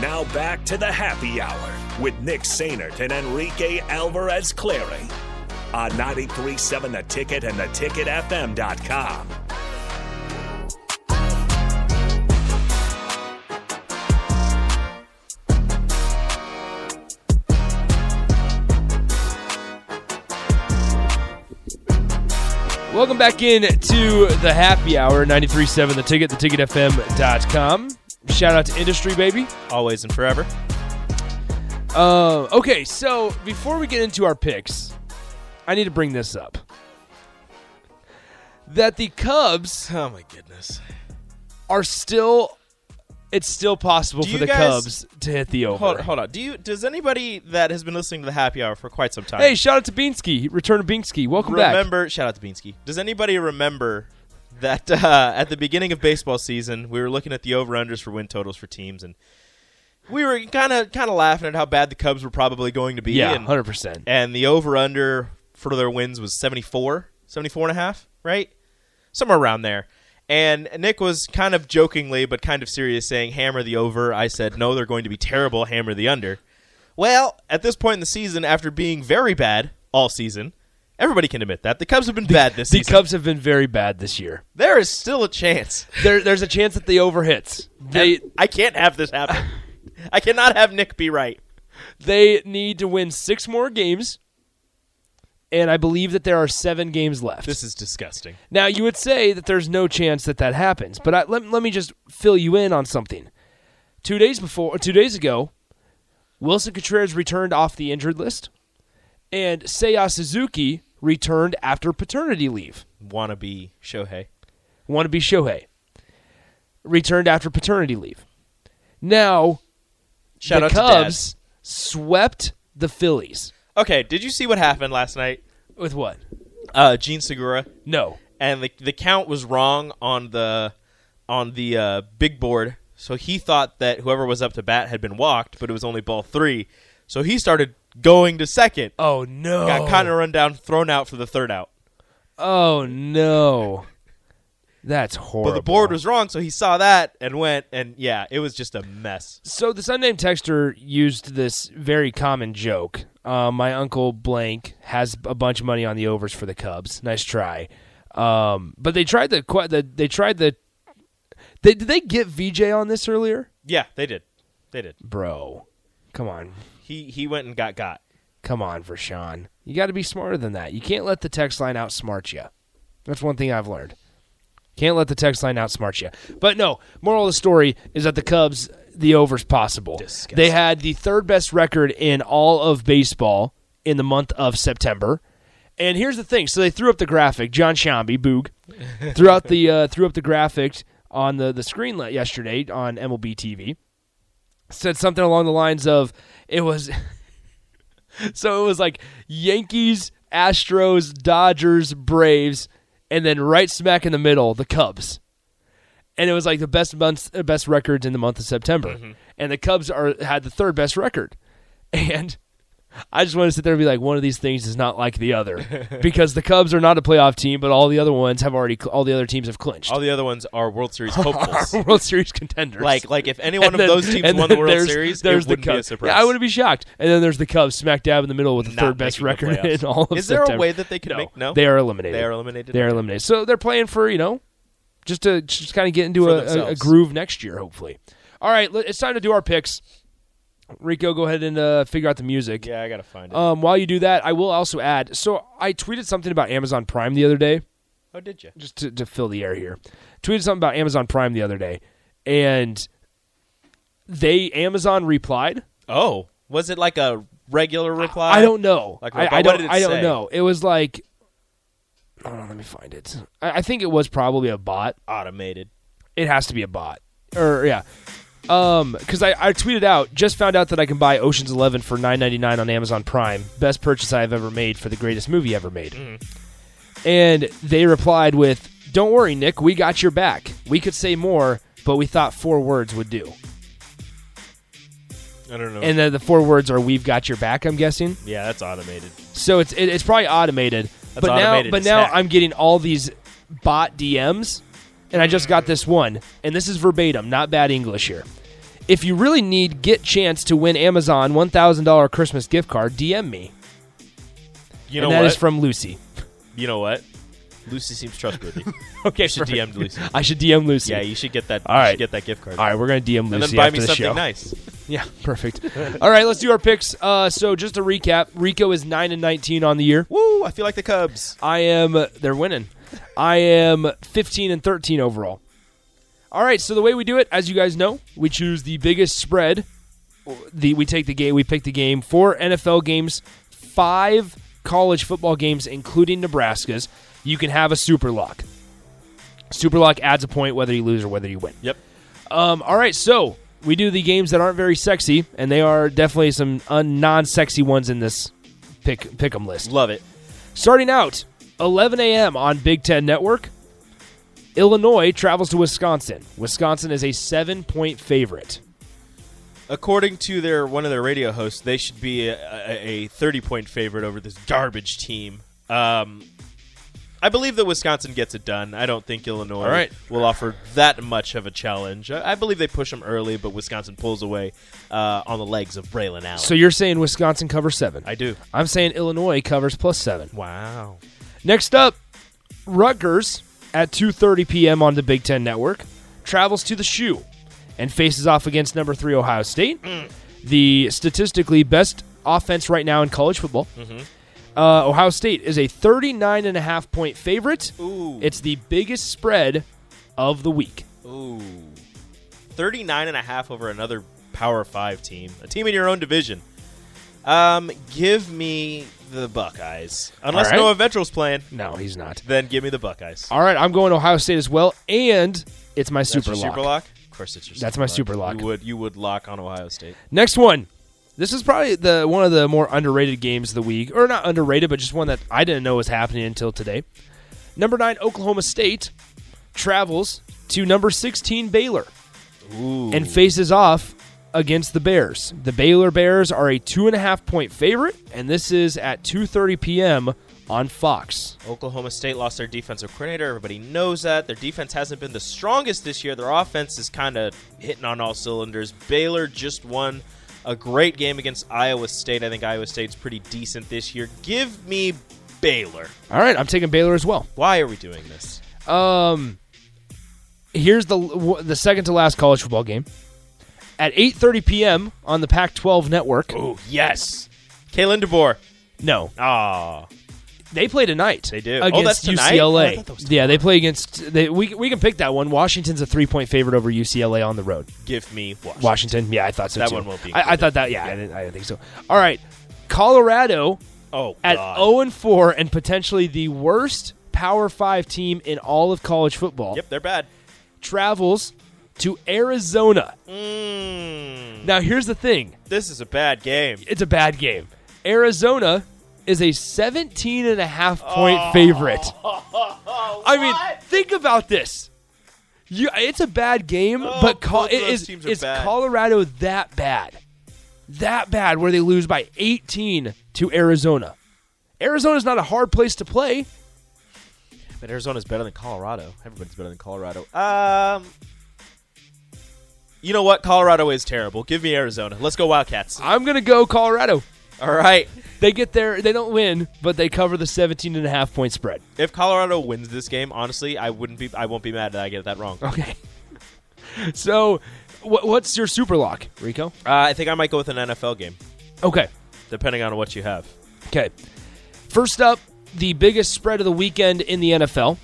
Now back to the happy hour with Nick Sainert and Enrique Alvarez Clary on 937 The Ticket and theticketfm.com. Welcome back in to the happy hour, 93.7 The Ticket, theticketfm.com. Shout out to industry, baby. Always and forever. Uh, okay, so before we get into our picks, I need to bring this up. That the Cubs Oh my goodness. are still, it's still possible Do for you the guys- Cubs to hit the over. Hold, hold on. Do you does anybody that has been listening to the happy hour for quite some time Hey, shout out to Beansky, return of Beansky. Welcome back. remember shout out to Beansky. Does anybody remember that uh, at the beginning of baseball season we were looking at the over unders for win totals for teams and we were kind of kind of laughing at how bad the Cubs were probably going to be Yeah, and 100%. and the over under for their wins was 74 74 and a half right somewhere around there and nick was kind of jokingly but kind of serious saying hammer the over i said no they're going to be terrible hammer the under well at this point in the season after being very bad all season everybody can admit that the cubs have been bad this The season Cubs have been very bad this year. there is still a chance There, there's a chance that the over hits. They, i can't have this happen i cannot have nick be right They need to win six more games, and I believe that there are seven games left. this is disgusting now, you would say that there's no chance that that happens, but I, let, let me just fill you in on something. Two days before, two days ago, Wilson Contreras returned off the injured list, and Seiya Suzuki returned after paternity leave. wannabe shohei Wannabe Shohei returned after paternity leave. Now, shout the out Cubs swept the Phillies to dad okay did you see what happened last night with what? uh, Gene Segura, No. and the the count was wrong on the on the uh, big board. So he thought that whoever was up to bat had been walked, but it was only ball three. So he started going to second, Oh no! got kind of run down, thrown out for the third out. Oh no! That's horrible. But the board was wrong, so he saw that and went, and yeah, it was just a mess. So this unnamed texter used this very common joke. Uh, my uncle blank has a bunch of money on the overs for the Cubs. Nice try. Um, but they tried the, que- the they tried the. They, did they get VJ on this earlier, Yeah, they did, they did. bro? Come on, He he went and got got. come on, Vershawn. You got to be smarter than that. You can't let the text line outsmart you. That's one thing I've learned. Can't let the text line outsmart you. But no, moral of the story is that the Cubs, the over's possible. Disgusting. They had the third best record in all of baseball in the month of September. And here's the thing: so they threw up the graphic. John Shambi, Boog, threw out the uh, threw up the graphic on the the screen le- yesterday on MLB TV. Said something along the lines of, "It was." So it was like Yankees, Astros, Dodgers, Braves, and then right smack in the middle, the Cubs. And it was like the best months, uh, best records in the month of September, Mm-hmm. and the Cubs are had the third best record. And I just want to sit there and be like, one of these things is not like the other because the Cubs are not a playoff team, but all the other ones have already, cl- all the other teams have clinched. All the other ones are World Series hopefuls. Our World Series contenders. like like if any one And of then- those teams and won the then World there's- Series, there's it wouldn't the be Cubs. a surprise. Yeah, I wouldn't be shocked. And then there's the Cubs smack dab in the middle with the Not third best making record the playoffs. in all of Is there a September. way that they could make- no? They are eliminated. They are eliminated? They are eliminated. So they're playing for you know, just to just kind of get into For a- a, a themselves. groove next year, hopefully. All right, let- it's time to do our picks. Rico, go ahead and uh, figure out the music. yeah, I gotta find it. Um, while you do that, I will also add. So I tweeted something about Amazon Prime the other day oh, did you? just to, to fill the air here, tweeted something about Amazon Prime the other day, and they Amazon replied. Oh, was it like a regular reply? I don't know. Uh, Like, I, but I what don't. did it I don't say? know. It was like, hold on, let me find it. I, I think it was probably a bot. automated. It has to be a bot, or yeah. Um, because I, I tweeted out, just found out that I can buy Ocean's Eleven for nine ninety nine on Amazon Prime. Best purchase I have ever made for the greatest movie ever made. And they replied with, "Don't worry, Nick, we got your back. We could say more, but we thought four words would do." I don't know. And then the four words are, "We've got your back." I'm guessing. yeah, that's automated. So it's it, it's probably automated. That's but now, automated but as now heck. I'm getting all these Mm. bot DMs, and I just got this one, and this is verbatim, not bad English here. If you really need get chance to win Amazon one thousand dollar Christmas gift card, DM me. You know and that is what? from Lucy. you know what? Lucy seems trustworthy. Okay, you should perfect. DM Lucy. I should DM Lucy. Yeah, you should get that. All you right. should get that gift card. All right, we're gonna DM Lucy and then buy after me the something show. nice. Yeah, perfect. All right, let's do our picks. Uh, so just to recap, Rico is nine and nineteen on the year. Woo! I feel like the Cubs. I am. They're winning. I am 15 and 13 overall. All right. So the way we do it, as you guys know, we choose the biggest spread. The we take the game. We pick the game. Four NFL games, five college football games, including Nebraska's. You can have a super lock. Super lock adds a point whether you lose or whether you win. Yep. Um, all right, so we do the games that aren't very sexy, and they are definitely some un- non-sexy ones in this pick pick'em list. Love it. Starting out 11 a.m. on Big Ten Network. Illinois travels to Wisconsin. Wisconsin is a seven-point favorite. According to their one of their radio hosts, they should be a, a, a thirty point favorite over this garbage team. Um, I believe that Wisconsin gets it done. I don't think Illinois All right. will offer that much of a challenge. I, I believe they push them early, but Wisconsin pulls away uh, on the legs of Braylon Allen. So you're saying Wisconsin covers seven? I do. I'm saying Illinois covers plus seven. Wow. Next up, Rutgers at 2:30 p.m. on the Big Ten Network travels to the Shoe and faces off against number three Ohio State, the statistically best offense right now in college football. Uh, Ohio State is a 39 and a half point favorite. Ooh. It's the biggest spread of the week. Ooh. 39 and a half over another Power 5 team. A team in your own division. Um, give me the Buckeyes. Unless All right. Noah Vetral's playing, No, he's not. then give me the Buckeyes. All right, I'm going Ohio State as well, and it's my super That's your lock. super lock? Of course it's your That's my super lock. You would, you would lock on Ohio State. Next one. This is probably the one of the more underrated games of the week, or not underrated, but just one that I didn't know was happening until today. Number nine Oklahoma State travels to number sixteen Baylor Ooh. and faces off against the Bears. The Baylor Bears are a two and a half point favorite, and this is at two thirty p.m. on Fox. Oklahoma State lost their defensive coordinator. Everybody knows that. Their defense hasn't been the strongest this year. Their offense is kind of hitting on all cylinders. Baylor just won a great game against Iowa State. I think Iowa State's pretty decent this year. Give me Baylor. All right, I'm taking Baylor as well. Why are we doing this? Um, here's the w- the second to last college football game at 8:30 p.m. on the Pac-12 network. Oh, yes. Kalen DeBoer. No, Ah, they play tonight. They do. against Oh, that's tonight? Oh, I UCLA. thought that was yeah, they play against. They, we we can pick that one. Washington's a three point favorite over UCLA on the road. give me Washington. Washington. Yeah, I thought so That too. one won't be I, I included. thought that. Yeah, I, didn't, I didn't think so. All right, Colorado Oh, at God. 0 and 4 and potentially the worst Power Five team in all of college football. Yep, they're bad. Travels to Arizona. Mm, Now here's the thing. this is a bad game. it's a bad game. Arizona is a 17 and a half point Oh. favorite. I mean, think about this. You, it's a bad game, Oh, but Col- both of it those is, teams are is bad. Colorado that bad? That bad where they lose by 18 to Arizona. Arizona's not a hard place to play. But Arizona's better than Colorado. Everybody's better than Colorado. Um, you know what? Colorado is terrible. Give me Arizona. Let's go Wildcats. I'm going to go Colorado. All right. They get there, they don't win, but they cover the 17 and a half point spread. If Colorado wins this game, honestly, I wouldn't be. I won't be mad that I get that wrong. Uh, Okay. so, wh- what's your super lock, Rico? I think I might go with an NFL game, Okay. depending on what you have. Okay. First up, the biggest spread of the weekend in the NFL.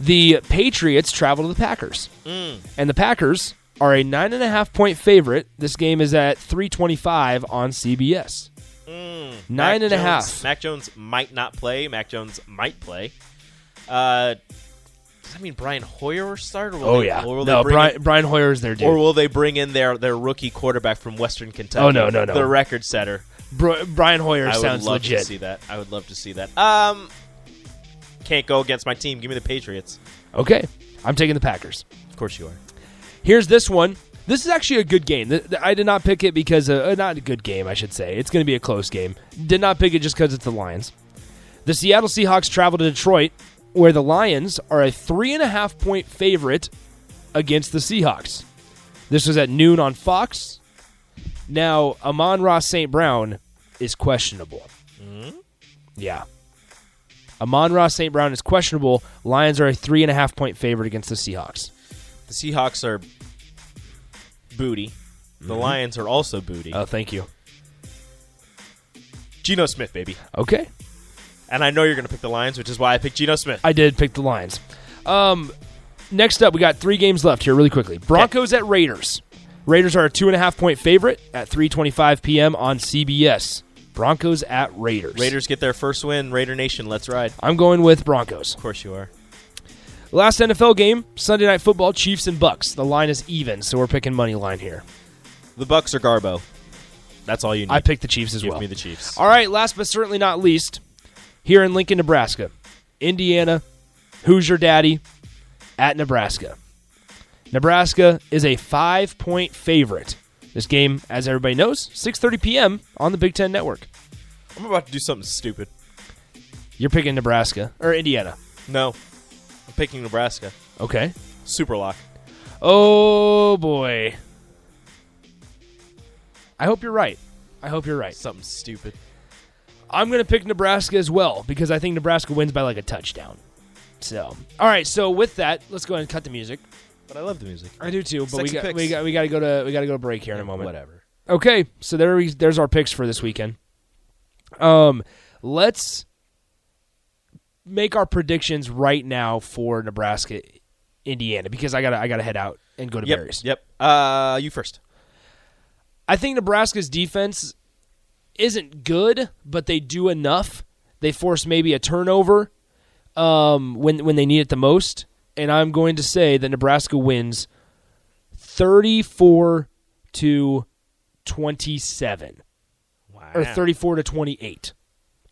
The Patriots travel to the Packers. Mm. And the Packers are a nine and a half point favorite. This game is at 325 on CBS. Nine and a half. Mm. Mac Jones might not play. Mac Jones might play. Uh, does that mean Brian Hoyer will start? Or will Oh, they- yeah. Or will No, they bring Brian, Brian Hoyer is their in, or dude. will they bring in their their rookie quarterback from Western Kentucky? Oh, no, no, no. The record setter. Bro, Brian Hoyer I sounds would love legit. to see that. I would love to see that. Um, can't go against my team. Give me the Patriots. Okay. I'm taking the Packers. Of course you are. Here's this one. This is actually a good game. Th- th- I did not pick it because uh, uh, not a good game, I should say. It's going to be a close game. Did not pick it just because it's the Lions. The Seattle Seahawks travel to Detroit, where the Lions are a three and a half point favorite against the Seahawks. This was at noon on Fox. Now, Amon Ross St. Brown is questionable. Mm-hmm. Yeah. Amon Ross St. Brown is questionable. Lions are a three and a half point favorite against the Seahawks. The Seahawks are booty. The Lions are also booty. Oh, thank you. Geno Smith, baby. Okay. And I know you're going to pick the Lions, which is why I picked Geno Smith. I did pick the Lions. Um, next up, we got three games left here, really quickly. Broncos at Raiders. Raiders are a two and a half point favorite at 3:25 p.m. on CBS. Broncos at Raiders. Raiders get their first win. Raider Nation, let's ride. I'm going with Broncos. Of course you are. Last NFL game, Sunday Night Football, Chiefs and Bucks. The line is even, so we're picking money line here. The Bucks are Garbo. That's all you need. I picked the Chiefs as Give well. me the Chiefs. All right, last but certainly not least, here in Lincoln, Nebraska, Indiana, who's your daddy at Nebraska? Nebraska is a five-point favorite. This game, as everybody knows, 6:30 p.m. on the Big Ten Network. I'm about to do something stupid. You're picking Nebraska or Indiana, No. I'm picking Nebraska. okay? Super lock. Oh boy, I hope you're right. I hope you're right. Something stupid. I'm going to pick Nebraska as well because I think Nebraska wins by like a touchdown. So, all right. So with that, let's go ahead and cut the music. But I love the music. I do too, but we Sexy got, picks. we got we got to go to we got to go to break here in a moment. Whatever. Okay, so there we, there's our picks for this weekend. Um, let's make our predictions right now for Nebraska, Indiana, because I gotta I gotta head out and go to Yep. Barry's. Yep. Uh, you first. I think Nebraska's defense isn't good, but they do enough. They force maybe a turnover um, when when they need it the most, and I'm going to say that Nebraska wins 34 to 27 Wow. or 34 to 28.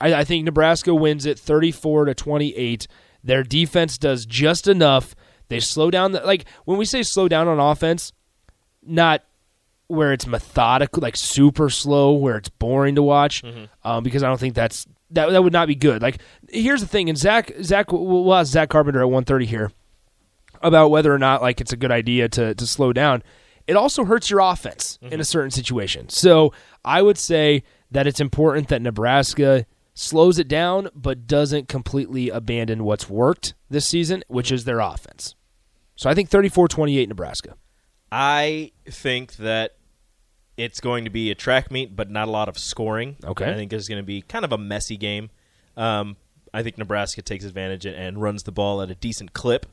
I, I think Nebraska wins it 34 to 28. Their defense does just enough. They slow down the like when we say slow down on offense, not where it's methodical, like super slow, where it's boring to watch, um, because I don't think that's that that would not be good. Like here's the thing, and Zach Zach we'll we'll ask Zach Carpenter at 1:30 here about whether or not like it's a good idea to to slow down. It also hurts your offense in a certain situation. So I would say that it's important that Nebraska slows it down, but doesn't completely abandon what's worked this season, which is their offense. So I think 34-28 Nebraska. I think that it's going to be a track meet, but not a lot of scoring. Okay. I think there's going to be kind of a messy game. Um, I think Nebraska takes advantage and, and runs the ball at a decent clip,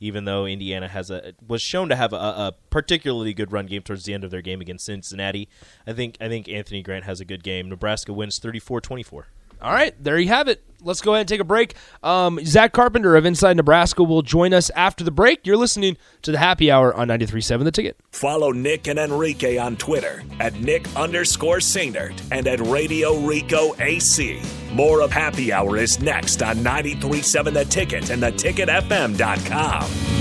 even though Indiana has a was shown to have a, a particularly good run game towards the end of their game against Cincinnati. I think I think Anthony Grant has a good game. Nebraska wins 34-24. All right, there you have it. Let's go ahead and take a break. Um, Zach Carpenter of Inside Nebraska will join us after the break. You're listening to the Happy Hour on 93.7 The Ticket. Follow Nick and Enrique on Twitter at Nick underscore Sainert and at Radio Rico AC. More of Happy Hour is next on 937 The Ticket and theticketfm.com.